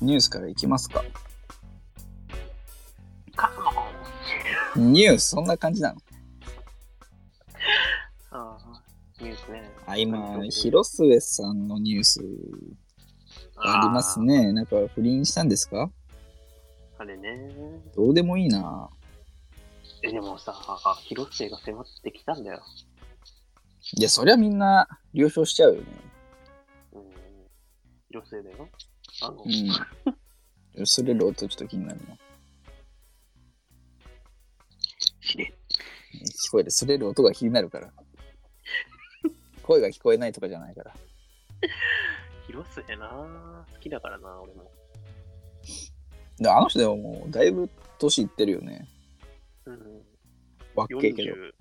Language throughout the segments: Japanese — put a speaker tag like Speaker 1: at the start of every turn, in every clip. Speaker 1: ニュースからいきますか。
Speaker 2: 勝つのか
Speaker 1: ニュース、そんな感じなの
Speaker 2: ああ、ニュースね。
Speaker 1: あ、今、広末さんのニュースありますね。なんか不倫したんですか
Speaker 2: あー。あれね。
Speaker 1: どうでもいいな。
Speaker 2: え、でもさ、広末が迫ってきたんだよ。
Speaker 1: いや、そりゃみんな了承しちゃうよね。
Speaker 2: うん。広末だよ。あの、
Speaker 1: うん。それローとちょっと気になるな。
Speaker 2: しれ。
Speaker 1: 聞こえる、擦れる音が気になるから。声が聞こえないとかじゃないから。
Speaker 2: 広末な好きだからな、俺も。
Speaker 1: であの人でももう、だいぶ年いってるよね。
Speaker 2: うん。
Speaker 1: わっけえけど。
Speaker 2: 40。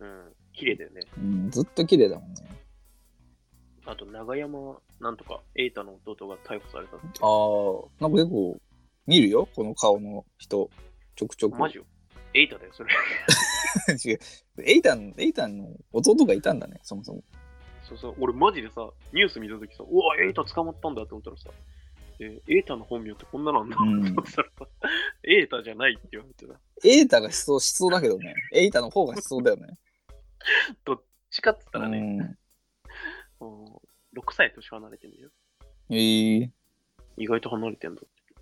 Speaker 2: うん。綺麗だよね。
Speaker 1: うん、ずっと綺麗だもんね。
Speaker 2: あと、長山、なんとか、瑛太の弟が逮捕されたって。
Speaker 1: ああ、なんか結構、見るよ、この顔の人。ちょくちょく。
Speaker 2: マジよ。瑛太だよ、それ。
Speaker 1: 違う。エイタン、エイタンの弟がいたんだね、そもそも。
Speaker 2: そうそう、俺マジでさ、ニュース見たときさ、うわ、エイタ捕まったんだって思ったらさ、えエイタの本名ってこんななんだ、
Speaker 1: うん
Speaker 2: って思ったらさ、エイタじゃないって言われてさ、
Speaker 1: エイタがしそうしそうだけどね。エイタの方がしそうだよね。
Speaker 2: しかっつった
Speaker 1: う
Speaker 2: らね、
Speaker 1: ん。
Speaker 2: うん、6歳年離れてんだよ。
Speaker 1: ええ
Speaker 2: 意外と離れてんだって。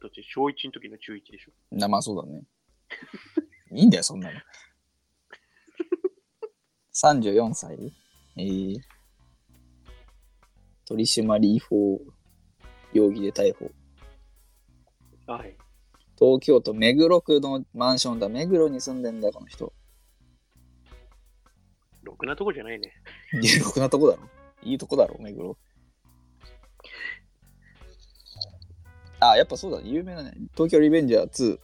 Speaker 2: だって小1の時の中1でしょ。
Speaker 1: な、まあそうだね。いいんだよ、そんなの。34歳えー、取締り違法容疑で逮捕。
Speaker 2: はい。
Speaker 1: 東京都目黒区のマンションだ。目黒に住んでんだよ、この人。
Speaker 2: ろくなとこじゃないね。
Speaker 1: いやろくなとこだろ。いいとこだろ、目黒。あ、やっぱそうだね。有名なね。東京リベンジャー2、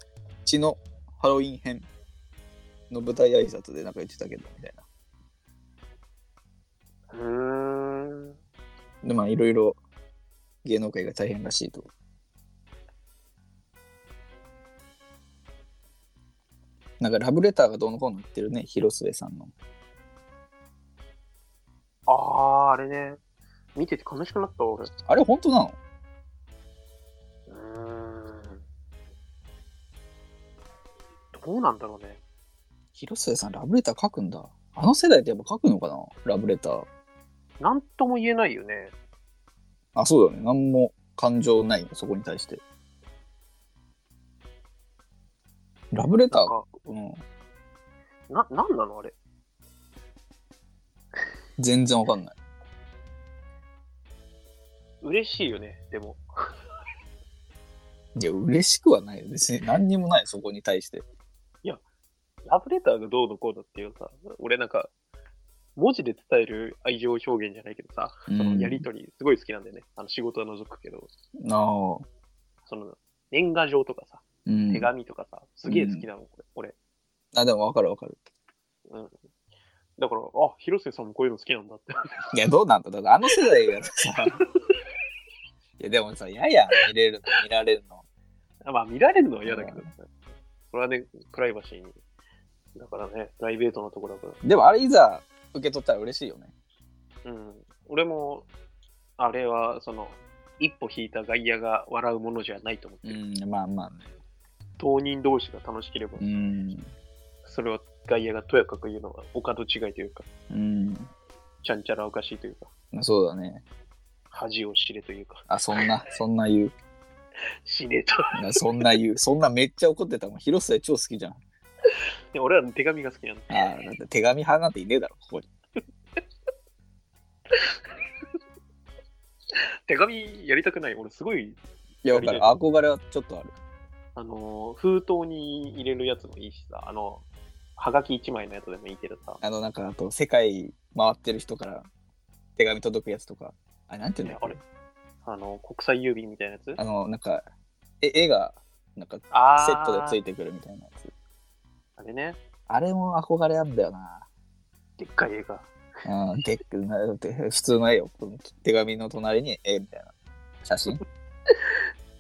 Speaker 1: 血のハロウィン編の舞台挨拶でなんか言ってたけど、みたいな。
Speaker 2: うーん。
Speaker 1: でまあいろいろ芸能界が大変らしいと。なんかラブレターがどうのこうの言ってるね、広末さんの。
Speaker 2: ああ、あれね。見てて悲しくなった、俺。
Speaker 1: あれ本当なの
Speaker 2: うーん。どうなんだろうね。
Speaker 1: 広末さんラブレター書くんだ。あの世代ってやっぱ書くのかなラブレター。
Speaker 2: なんとも言えないよね。
Speaker 1: あ、そうだよね。なんも感情ないの、そこに対して。ラブレタ
Speaker 2: なん
Speaker 1: ー、
Speaker 2: か、
Speaker 1: うん、
Speaker 2: な、なんなのあれ。
Speaker 1: 全然わかんない。
Speaker 2: 嬉しいよね、でも。
Speaker 1: いや、嬉しくはないよ。別に何にもない、そこに対して。
Speaker 2: ラブレターがどうのこうだっていうさ、俺なんか、文字で伝える愛情表現じゃないけどさ、
Speaker 1: うん
Speaker 2: そのやりとりすごい好きなんだよね。あの仕事は除くけど、
Speaker 1: なあ。
Speaker 2: その年賀状とかさ、
Speaker 1: うん
Speaker 2: 手紙とかさ、すげえ好きなの、これ俺。
Speaker 1: あ、でもわかるわかる。
Speaker 2: だから、あ、広瀬さんもこういうの好きなんだって。
Speaker 1: いや、どうなんだだからあの世代がさ。 いや、でもさ、やや見れるの、見られるの。
Speaker 2: まあ見られるのは嫌だけど、それはね、プライバシーに。だからね、プライベートなとこだから。
Speaker 1: でも、あれいざ受け取ったら嬉しいよね。
Speaker 2: うん、俺も、あれは、その、一歩引いた外野が笑うものじゃないと思ってる。
Speaker 1: ん、まあまあね。
Speaker 2: 当人同士が楽しければ、
Speaker 1: うん。
Speaker 2: それを外野がとやかく言うのは、お門違いというか、
Speaker 1: うん。
Speaker 2: ちゃんちゃらおかしいというか、
Speaker 1: まあそうだね。
Speaker 2: 恥を知れというか、
Speaker 1: あ、そんな、そんな言う。
Speaker 2: 死ねと。
Speaker 1: なそんな言う。そんなめっちゃ怒ってたもん。広末超好きじゃん。あ
Speaker 2: で俺は手紙が好きなの。
Speaker 1: あ、だって手紙派なんていねえだろ、ここに。
Speaker 2: 手紙やりたくない。俺、すごい、
Speaker 1: いや、わかる。憧れはちょっとある。
Speaker 2: あのー、封筒に入れるやつもいいしさ、あの、はがき一枚のやつでもいいけどさ、
Speaker 1: あの、なんか、あと、世界回ってる人から手紙届くやつとか。あ、なんていうの
Speaker 2: ねあれあの、国際郵便みたいなやつ
Speaker 1: あの、なんか、え絵が、なんか、
Speaker 2: あ
Speaker 1: セットでつい
Speaker 2: て
Speaker 1: てくるみたいなやつ。
Speaker 2: あれね、
Speaker 1: あれも憧れあんだよな。
Speaker 2: でっかい絵が。
Speaker 1: うん、でっくなだって普通の絵をこの手紙の隣に絵みたいな写真。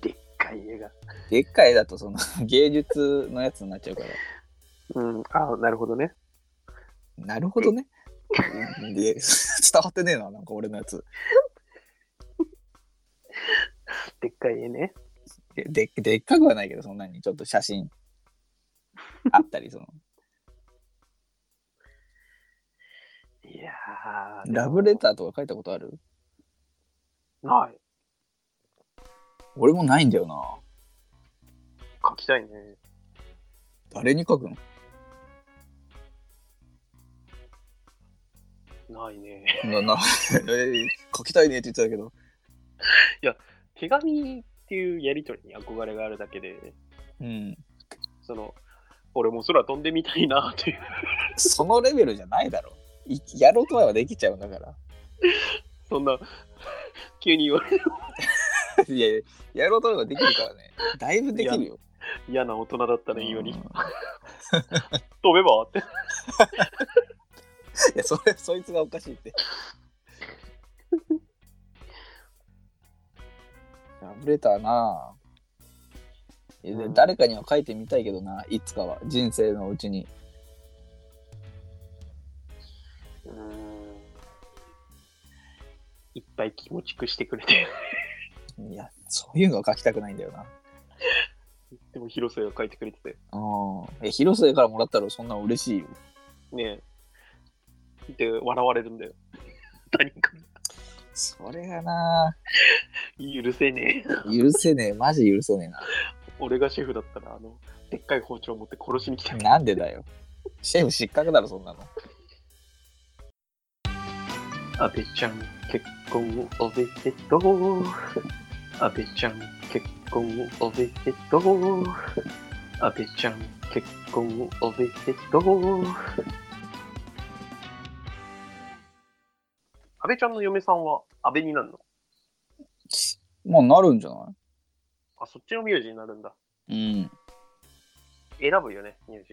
Speaker 2: でっかい絵が。
Speaker 1: でっかい絵だとその芸術のやつになっちゃうから。
Speaker 2: うん、あなるほどね。
Speaker 1: なるほ どね。で伝わってねえな、なんか俺のやつ。
Speaker 2: でっかい絵ね。
Speaker 1: でででっかくはないけど、そんなにちょっと写真あったり、そ の
Speaker 2: いやー。
Speaker 1: ラブレターとか書いたことある
Speaker 2: ー。ない。
Speaker 1: 俺もないんだよな。
Speaker 2: 書きたいね。
Speaker 1: 誰に書くの
Speaker 2: ないね。
Speaker 1: なな え書きたいねって言ってたけど。
Speaker 2: 手紙っていうやりとりに憧れがあるだけで、
Speaker 1: うん。
Speaker 2: その、俺も空飛んでみたいなっていう。
Speaker 1: そのレベルじゃないだろ。いやろうとはできちゃうんだから。
Speaker 2: そんな、急に言われる
Speaker 1: いやいや、やろうとはできるからね。だいぶできるよ。
Speaker 2: 嫌な大人だったらいいより、
Speaker 1: うんい
Speaker 2: 飛べばって。
Speaker 1: や、それ、そいつがおかしい って。ラブレターなぁ。いやで
Speaker 2: うん
Speaker 1: 誰かには書いてみたいけどな、いつかは。人生のうちに。
Speaker 2: うん。いっぱい気持ちくしてくれて。
Speaker 1: いや、そういうのは書きたくないんだよな。
Speaker 2: でも広瀬が書いてくれてて。
Speaker 1: うん。え、広末からもらったらそんな嬉しいよ。
Speaker 2: ねえ。で、笑われるんだよ。 他人から。
Speaker 1: それがな
Speaker 2: 許せねえ。
Speaker 1: 許せねえ、マジ許せね
Speaker 2: 俺がシェフだったら、あの、でっかい包丁持って殺しに来
Speaker 1: え
Speaker 2: た
Speaker 1: な。。なんでだよ。シェフ失格だろ、そんなの。
Speaker 2: 安倍ちゃん、結婚おめでとう。安倍ちゃん、結婚おめでとう。安倍ちゃん、結婚おめでとう。安倍ちゃんの嫁さんは安倍になるの
Speaker 1: まあ、なるんじゃな
Speaker 2: あ、そっちの名字になるんだ。
Speaker 1: いうん。
Speaker 2: 選ぶよね、名字。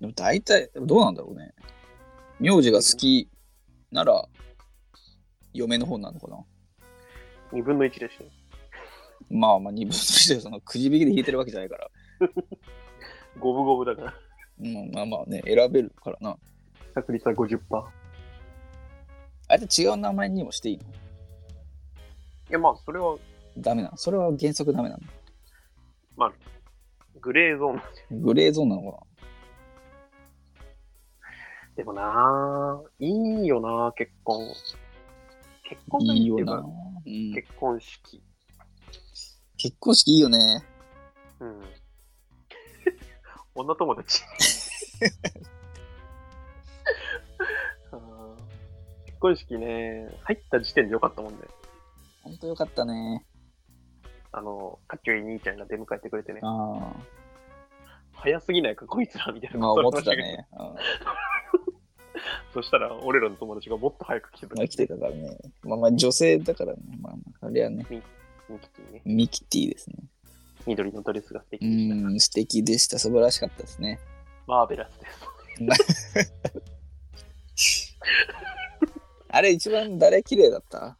Speaker 1: でも大体、どうなんだろうね。名字が好きなら、嫁の方なのかな。
Speaker 2: 二分の一だしね。
Speaker 1: まあまあ、二分の一でそのくじ引きで引いてるわけじゃないから。
Speaker 2: 五分五分だから。
Speaker 1: うん、まあまあね、選べるからな。
Speaker 2: 確率は50%。い
Speaker 1: あれって違う名前にもしていいの
Speaker 2: や、まあ、それは、
Speaker 1: ダメなのそれは原則ダメな
Speaker 2: グレーゾーン。
Speaker 1: のグレーゾーンなのか
Speaker 2: でもなぁ、いいよなぁ、結婚。結婚
Speaker 1: な
Speaker 2: が
Speaker 1: い
Speaker 2: い
Speaker 1: い
Speaker 2: いっ
Speaker 1: よ
Speaker 2: ていう
Speaker 1: な
Speaker 2: か、。
Speaker 1: うん、
Speaker 2: 結婚式。
Speaker 1: 結婚式いいよね。
Speaker 2: うん。 女友 達。あー結婚式ね、入った時点でよかったもんね。
Speaker 1: ほんとよかったね。
Speaker 2: あの、かっちょいい兄ちゃんが出迎えてくれてね、
Speaker 1: あ
Speaker 2: 早すぎないか、こいつらみたい
Speaker 1: あ、
Speaker 2: な
Speaker 1: まあ思
Speaker 2: の
Speaker 1: ってたね。
Speaker 2: そしたら、俺らの友達がもっと早く来てく
Speaker 1: うん、
Speaker 2: れ
Speaker 1: 来
Speaker 2: て、
Speaker 1: てたからね。まあまあ女性だからね。まあまあ、あれはね、
Speaker 2: ミキティね、
Speaker 1: ミキティですね。
Speaker 2: 緑のドレスが素敵
Speaker 1: う
Speaker 2: でした。
Speaker 1: ん、素敵でした。素晴らしかったですね。
Speaker 2: マーベラスです。
Speaker 1: あれ一番誰綺麗だった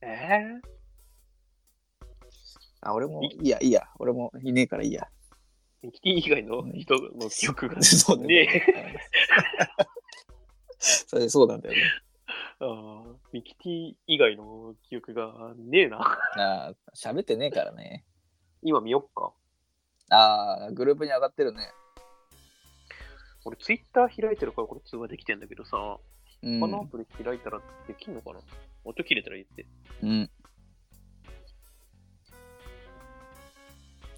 Speaker 2: えー
Speaker 1: あ、俺も、いいや、いいや。俺もいねえからいいや。
Speaker 2: ミキティ以外の人の記憶 が
Speaker 1: そうだよ
Speaker 2: ね
Speaker 1: ね。 それそうなんだよね。
Speaker 2: あーミキティ以外の記憶がねえな。
Speaker 1: ああ、喋ってねえからね。
Speaker 2: 今見よっか。
Speaker 1: ああ、グループに上がってるね。
Speaker 2: 俺ツイッター開いてるからこれ通話できてんだけどさ、
Speaker 1: うん
Speaker 2: このアプリ開いたらできんのかな音切れたら言って。
Speaker 1: うん。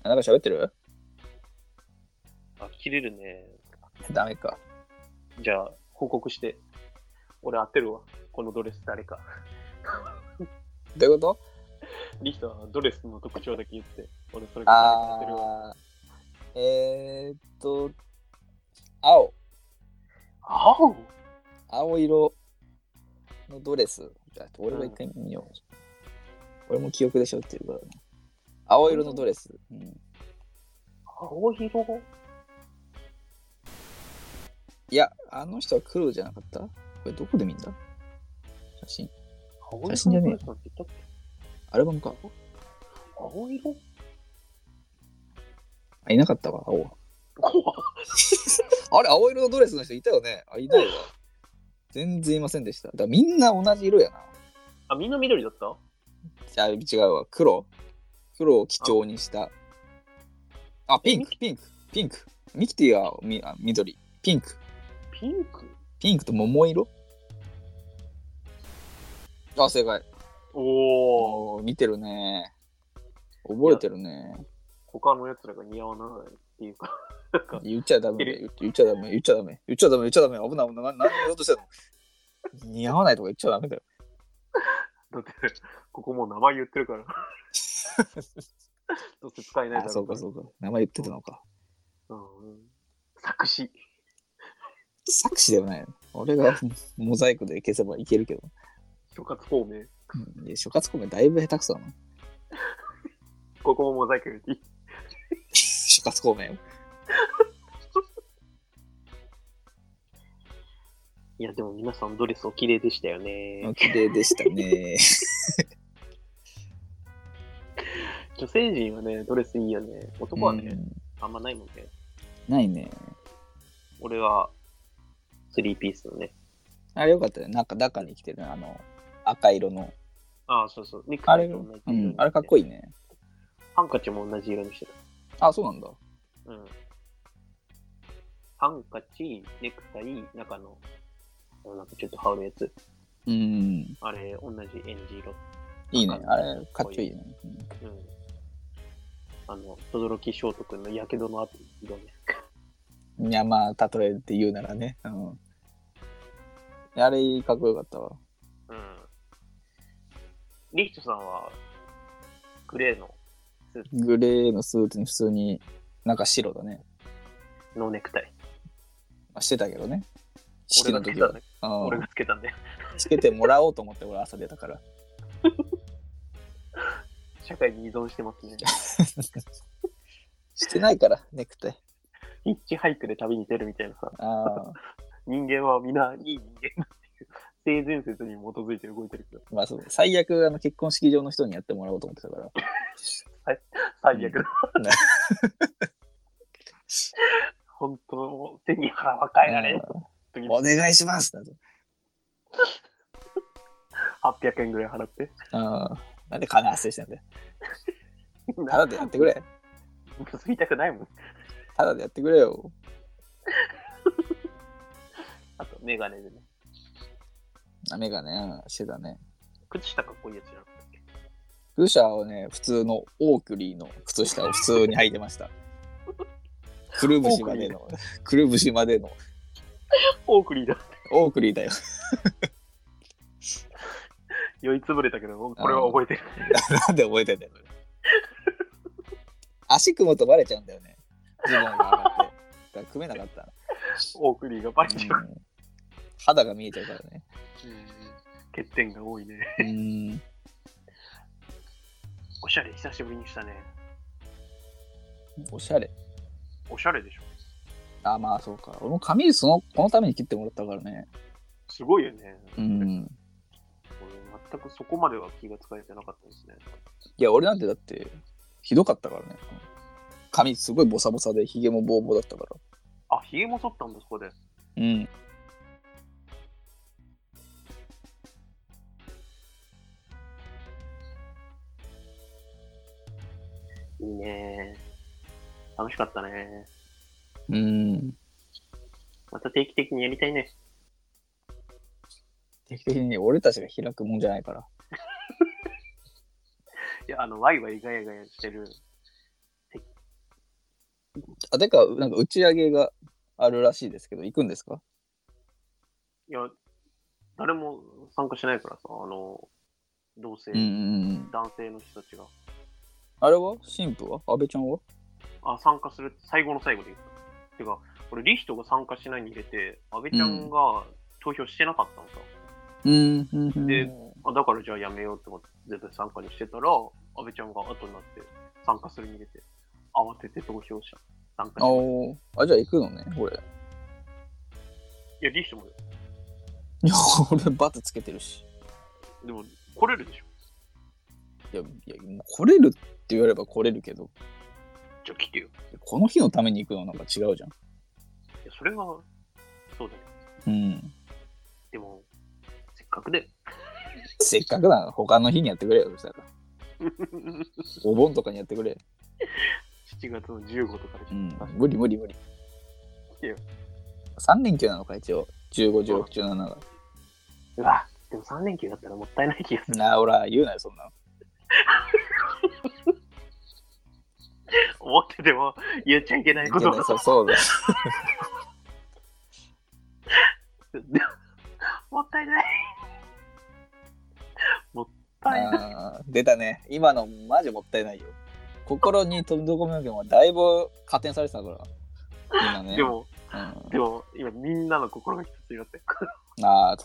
Speaker 1: あ、なんか喋ってる
Speaker 2: あ、切れるね。
Speaker 1: ダメか。
Speaker 2: じゃあ、報告して。俺当てるわ。このドレス誰か。
Speaker 1: どういうこと
Speaker 2: リヒターはドレスの特徴だけ言って。俺それから誰か当てるわ。
Speaker 1: あーえー、っと、青。
Speaker 2: 青
Speaker 1: 青色のドレス。じゃあ俺が一回見よう。俺も記憶でしょっていうからね。青色のドレス。うん
Speaker 2: 青色
Speaker 1: いや、あの人は黒じゃなかったこれどこで見んだ写真。
Speaker 2: 青
Speaker 1: 写真
Speaker 2: 色
Speaker 1: じゃねえ
Speaker 2: のドレスなんて言ったっけ
Speaker 1: アルバムか。
Speaker 2: 青色
Speaker 1: あ、いなかったわ、青は。
Speaker 2: 怖っ
Speaker 1: あれ、青色のドレスの人いたよね。あ、いないわ。全然いませんでした。だからみんな同じ色やな。
Speaker 2: あ、みんな緑だった
Speaker 1: じゃあ違うわ黒黒を基調にしたあピンクピンクピンクミキティはみあ緑ピンク
Speaker 2: ピンク
Speaker 1: ピンクと桃色あ正解
Speaker 2: おお。
Speaker 1: おー見てるね覚えてるね
Speaker 2: 他のやつらが似合わないっていうか。 なんか
Speaker 1: 言っちゃダメ言っちゃダメ言っちゃダメ言っちゃダメ言っちゃダメ危ない危ないな何言おうとしてんの似合わないとか言っちゃダメだよ
Speaker 2: だって、ここもう名前言って るから。どうせ使えないだろ
Speaker 1: あそうかそううか名前言ってたのか
Speaker 2: から。うん、作詞。
Speaker 1: 作詞ではないの俺がモザイクで消せばいけるけど、
Speaker 2: 諸葛孔明。
Speaker 1: うん、いや諸葛孔明だいぶ下手くそだな
Speaker 2: ここもモザイクより。
Speaker 1: 諸葛孔明
Speaker 2: いや、でも皆さんドレスお綺麗でしたよね。
Speaker 1: 綺麗でした ね
Speaker 2: 女性陣はね、ドレスいいよね。男はね、
Speaker 1: うん
Speaker 2: あんまないもんね。
Speaker 1: ないね
Speaker 2: 俺は、スリーピースのね。
Speaker 1: あれよかったねなんか中に来てるねあの赤色の
Speaker 2: ああ、そうそう。ネク
Speaker 1: あ
Speaker 2: タ
Speaker 1: れ、
Speaker 2: イと同じ
Speaker 1: う
Speaker 2: 色に
Speaker 1: ん、あれかっこいいね
Speaker 2: ハンカチも同じ色にして
Speaker 1: あそうなんだ
Speaker 2: た。うん。ハンカチ、ネクタイ、中の、あのなんかちょっと羽織るやつ。
Speaker 1: うん
Speaker 2: あれ、同じエンジ色。
Speaker 1: いいねあれかっちょいいね、うん
Speaker 2: うん。あの、轟翔斗君のやけどの後の色ね。
Speaker 1: いやまあ例えて言うならね、うん、あれかっこよかったわ
Speaker 2: うん。リヒトさんは、グレーのスーツ
Speaker 1: グレーのスーツに普通になんか白だね、
Speaker 2: のネクタイ。
Speaker 1: まあ、してたけどね式の
Speaker 2: 俺がつけ
Speaker 1: 時
Speaker 2: た
Speaker 1: は
Speaker 2: んだ
Speaker 1: うん
Speaker 2: 俺がつけたんだよ。
Speaker 1: つけてもらおうと思って俺朝出たから
Speaker 2: 社会に依存してますね。
Speaker 1: してないからネクタイ
Speaker 2: ヒッチハイクで旅に出るみたいなさ、
Speaker 1: あ
Speaker 2: 人間は皆いい人間だっていう、性善説に基づいて動いてるけど、
Speaker 1: あまあそう最悪あの結婚式場の人にやってもらおうと思ってたから
Speaker 2: 最悪だ。
Speaker 1: うんね
Speaker 2: 本当、もう手に腹は変えられん時
Speaker 1: うん
Speaker 2: に
Speaker 1: お願いしますだと
Speaker 2: 800円ぐらい 払って。
Speaker 1: うんなんで金発生してんだよただでやってくれ
Speaker 2: 結びたくないもん。
Speaker 1: ただでやってくれよ
Speaker 2: あと、メガネでね。
Speaker 1: 雨がねしてたね
Speaker 2: 靴下かっこいいやつじゃなかったっけ
Speaker 1: ルシャはね普通のオークリーの靴下を普通に履いてましたくるぶしまでのくるぶしまでの
Speaker 2: オークリーだ。
Speaker 1: オークリーだよ
Speaker 2: 酔いつぶれたけど、これは覚えてる。
Speaker 1: なんで覚えてんだよ、それ。足組むとバレちゃうんだよね。ズボンが上がって。だから組めなかった。
Speaker 2: オークリーがバレちゃう。
Speaker 1: うん肌が見えちゃうからね。
Speaker 2: 欠点が多いね。
Speaker 1: うん。
Speaker 2: おしゃれ、久しぶりにしたね。
Speaker 1: おしゃれ。
Speaker 2: おしゃれでしょ。
Speaker 1: あ、まあそうか。俺も髪その、このために切ってもらったからね。
Speaker 2: すごいよね。
Speaker 1: うん。
Speaker 2: 俺全くそこまでは気が使えてなかったですね。
Speaker 1: いや、俺なんてだって、ひどかったからね。髪すごいボサボサで、ひげもボーボーだったから。
Speaker 2: あ、ひげも剃ったんだ、そこで。
Speaker 1: うん。
Speaker 2: いいね。楽しかったね。
Speaker 1: うん。
Speaker 2: また定期的にやりたいね。
Speaker 1: 定期的に俺たちが開くもんじゃないから。
Speaker 2: いや、あの、ワイワイガヤガヤしてる。
Speaker 1: あ、てか、なんか打ち上げがあるらしいですけど、行くんですか
Speaker 2: いや、誰も参加しないからさ、あの、同性、
Speaker 1: うんうんうん。
Speaker 2: 男性の人たちが。
Speaker 1: あれは神父は安倍ちゃんは
Speaker 2: あ、参加するって最後の最後で言った。てか、俺、リヒトが参加しないに入れて、安倍ちゃんが投票してなかったのさ。
Speaker 1: うん、うん
Speaker 2: であだからじゃあやめようって思って、絶対参加にしてたら、安倍ちゃんが後になって参加するに入れて、慌てて投票した。参加
Speaker 1: あ
Speaker 2: した。い
Speaker 1: おあ、じゃあ行くのね、俺。
Speaker 2: や、リヒトも、
Speaker 1: いや、 俺、バツつけてるし。
Speaker 2: でも、来れるでしょ。
Speaker 1: いや、いや来れるって言われば来れるけど、
Speaker 2: じゃあ来てよ。
Speaker 1: この日のために行くのはなんか違うじゃん。
Speaker 2: いや、それは、そうだね。
Speaker 1: うん。
Speaker 2: でも、せっかくで、
Speaker 1: せっかくなら他の日にやってくれよ、そしたら。お盆とかにやってくれ。
Speaker 2: 7月の15とかでし
Speaker 1: う
Speaker 2: ょ。
Speaker 1: ん、無理無理無理
Speaker 2: いいよ。
Speaker 1: 3連休なのか、一応。15、16、17が。
Speaker 2: うわ、でも3連休だったらもったいない気がする。
Speaker 1: なあ、ほら、言うなよ、そんなの。
Speaker 2: 思ってても言っちゃいけないこと
Speaker 1: いけない
Speaker 2: が。
Speaker 1: そうそうだ。
Speaker 2: もったいない。 もったいない。
Speaker 1: あー出たね。今のマジもったいないよ。心に飛び込むけもだいぶ加点されてたから。今ね。
Speaker 2: でも、
Speaker 1: うん、
Speaker 2: でも、今みんなの心が一つになって。
Speaker 1: あー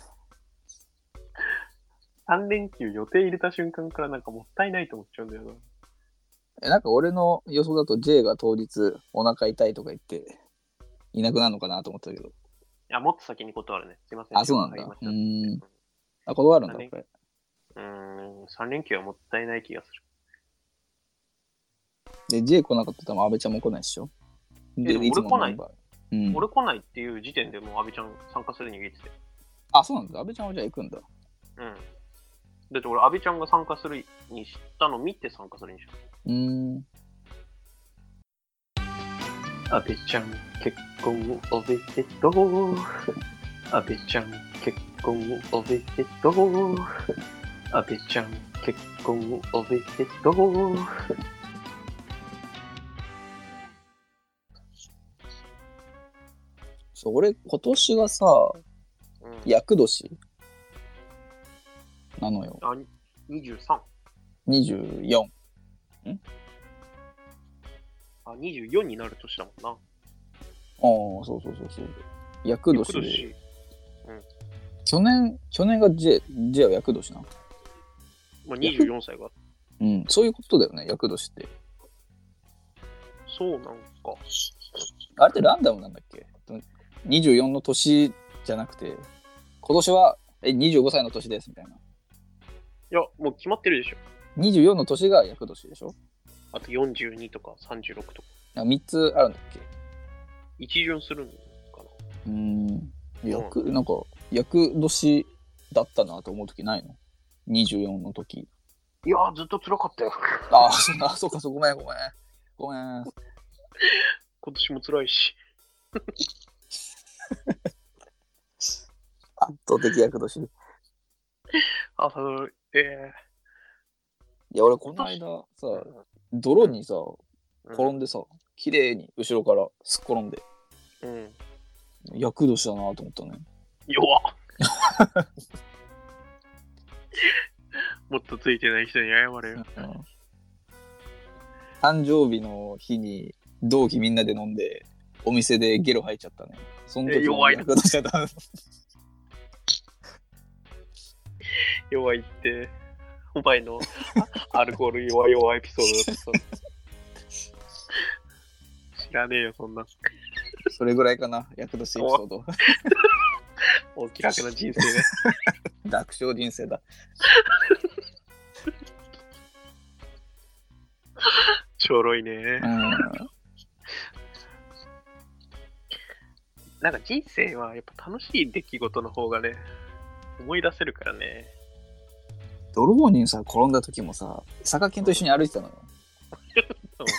Speaker 2: 3連休予定入れた瞬間からなんかもったいないと思っちゃうんだよな。
Speaker 1: えなんか俺の予想だと J が当日お腹痛いとか言っていなくなるのかなと思ったけど。
Speaker 2: いや、もっと先に断るね。すいません。
Speaker 1: あ、そうなんだ
Speaker 2: わか。
Speaker 1: う
Speaker 2: りまし
Speaker 1: ーん。
Speaker 2: た
Speaker 1: あ、断るんだ、こ
Speaker 2: 何
Speaker 1: れ。
Speaker 2: うーん、3連休はもったいない気がする。
Speaker 1: で、J 来なかったら多分安倍ちゃんも来ないでしょ。
Speaker 2: でも俺
Speaker 1: つものメンバーうん、
Speaker 2: 俺来ないっていう時点でもう安倍ちゃん参加するに言ってて。
Speaker 1: あ、そうなんだ。安倍ちゃんはじゃあ行くんだ。
Speaker 2: うん。だって俺、安倍ちゃんが参加するにしたの見て参加するにし
Speaker 1: うーん。
Speaker 2: た。安倍ちゃん、結婚おめでとう。安倍ちゃん、結婚おめでとう。安倍ちゃん、結婚おめでとう。
Speaker 1: そう、俺、今年がさ、
Speaker 2: うん、
Speaker 1: 厄年なのよ。
Speaker 2: あ、23。
Speaker 1: 24。
Speaker 2: あ、24になる年だもんな。
Speaker 1: ああ、そうそうそうそう。厄
Speaker 2: 翌
Speaker 1: 年で。
Speaker 2: 年
Speaker 1: 去年、去年が J、J は厄年なの
Speaker 2: まあ、24歳が。
Speaker 1: うん。そういうことだよね、厄年って。
Speaker 2: そうなんか。
Speaker 1: あれってランダムなんだっけ ?24 の年じゃなくて、今年は、え、25歳の年です、みたいな。
Speaker 2: いや、もう決まってるでしょ。
Speaker 1: 24の年が厄年でしょ
Speaker 2: あと42とか36とか。
Speaker 1: あ ?3 つあるんだっけ
Speaker 2: 一巡するのかな
Speaker 1: うーん。厄、なんか、厄年だったなと思う時ないの ?24 の時。
Speaker 2: いやー、ずっと辛かったよ。
Speaker 1: あ あ、そんな、そうか、そう、ごめん、ごめん。ごめん。
Speaker 2: 今年も辛いし。
Speaker 1: 圧倒的厄年。い
Speaker 2: あ、そのえ
Speaker 1: や、俺、この間さ、
Speaker 2: ー、
Speaker 1: 泥にさ、転
Speaker 2: ん
Speaker 1: んでさ、綺麗に後ろからすっ転んで、
Speaker 2: うん。
Speaker 1: 厄年だなと思ったね。
Speaker 2: 弱っもっとついてない人に謝れよ。
Speaker 1: 誕生日の日に同期みんなで飲んでお店でゲロ吐いちゃったねその
Speaker 2: え
Speaker 1: 時
Speaker 2: 弱いな
Speaker 1: 役立ちだった
Speaker 2: 弱いって、お前のあアルコール弱い弱いエピソードだった。知らねえよ、そんな。
Speaker 1: それぐらいかな役立ちエピ ソード
Speaker 2: お気楽な人生ね。
Speaker 1: 楽勝人生だ
Speaker 2: ちょろいね
Speaker 1: う。ん
Speaker 2: なんか人生はやっぱ楽しい出来事の方がね、思い出せるからね。
Speaker 1: 泥棒にさ転んだ時もさ佐賀県と一緒に歩いてたのよ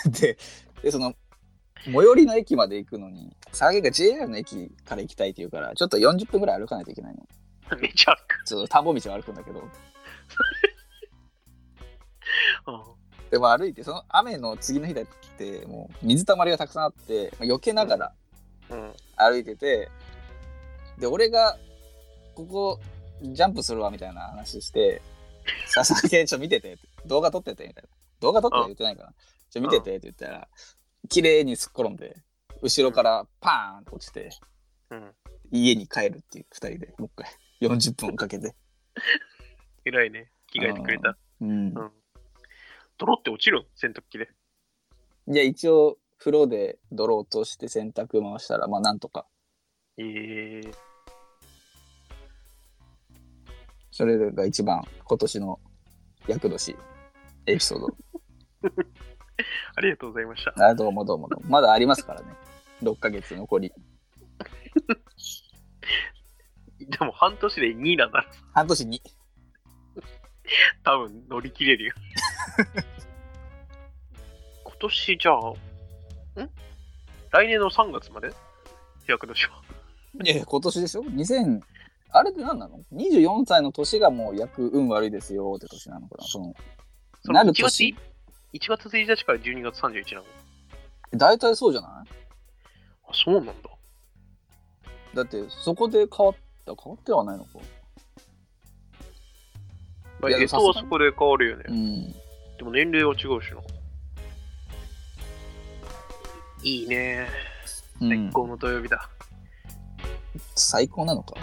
Speaker 1: ででその最寄りの駅まで行くのに佐賀県が JR の駅から行きたいって言うからちょっと40分ぐらい歩かないといけないの
Speaker 2: めちゃく
Speaker 1: ちょっと田んぼ道を歩くんだけど
Speaker 2: う
Speaker 1: でも歩いてその雨の次の日だってもう水たまりがたくさんあってまあ避けながら
Speaker 2: ん。うん。
Speaker 1: 歩いててで俺がここジャンプするわみたいな話して「佐々木ちょっと見てて」動画撮ってて」みたいな「動画撮って」言ってないから「ちょ見てて」って言ったら綺麗にすっ転んで後ろからパーンと落ちて
Speaker 2: うん。
Speaker 1: 家に帰るっていう2人でもう一回40分かけて、
Speaker 2: 偉いね。着替えてくれた。
Speaker 1: うん
Speaker 2: うん。ドロって落ちるん洗濯機で。
Speaker 1: じゃあ一応風呂で泥落として洗濯回したらまあなんとか
Speaker 2: ええ
Speaker 1: それが一番今年の厄年エピソード。
Speaker 2: ありがとうございました。
Speaker 1: あどうもどうもどうも。まだありますからね。6ヶ月残り。
Speaker 2: でも半年で2だなら、
Speaker 1: 半年に。
Speaker 2: 多分乗り切れるよ。 今年じゃあ、ん来年の3月まで役年は。
Speaker 1: いやいや、今年でしょ ?2000、あれって何なの ?24 歳の年がもう役運悪いですよって年なのかなその、
Speaker 2: その
Speaker 1: なる
Speaker 2: 1月い
Speaker 1: 年
Speaker 2: ?1 月1日から12月31日なの。
Speaker 1: 大体そうじゃない
Speaker 2: あ、そうなんだ。
Speaker 1: だってそこで変わった、変わってはないのか。
Speaker 2: まあ、
Speaker 1: いや
Speaker 2: えとは
Speaker 1: さすが
Speaker 2: そ
Speaker 1: に
Speaker 2: こで変わるよね。
Speaker 1: うん。
Speaker 2: でも年齢は違うしな。いいね。
Speaker 1: う
Speaker 2: 絶
Speaker 1: ん、
Speaker 2: 好の土曜日だ。
Speaker 1: 最高なのか。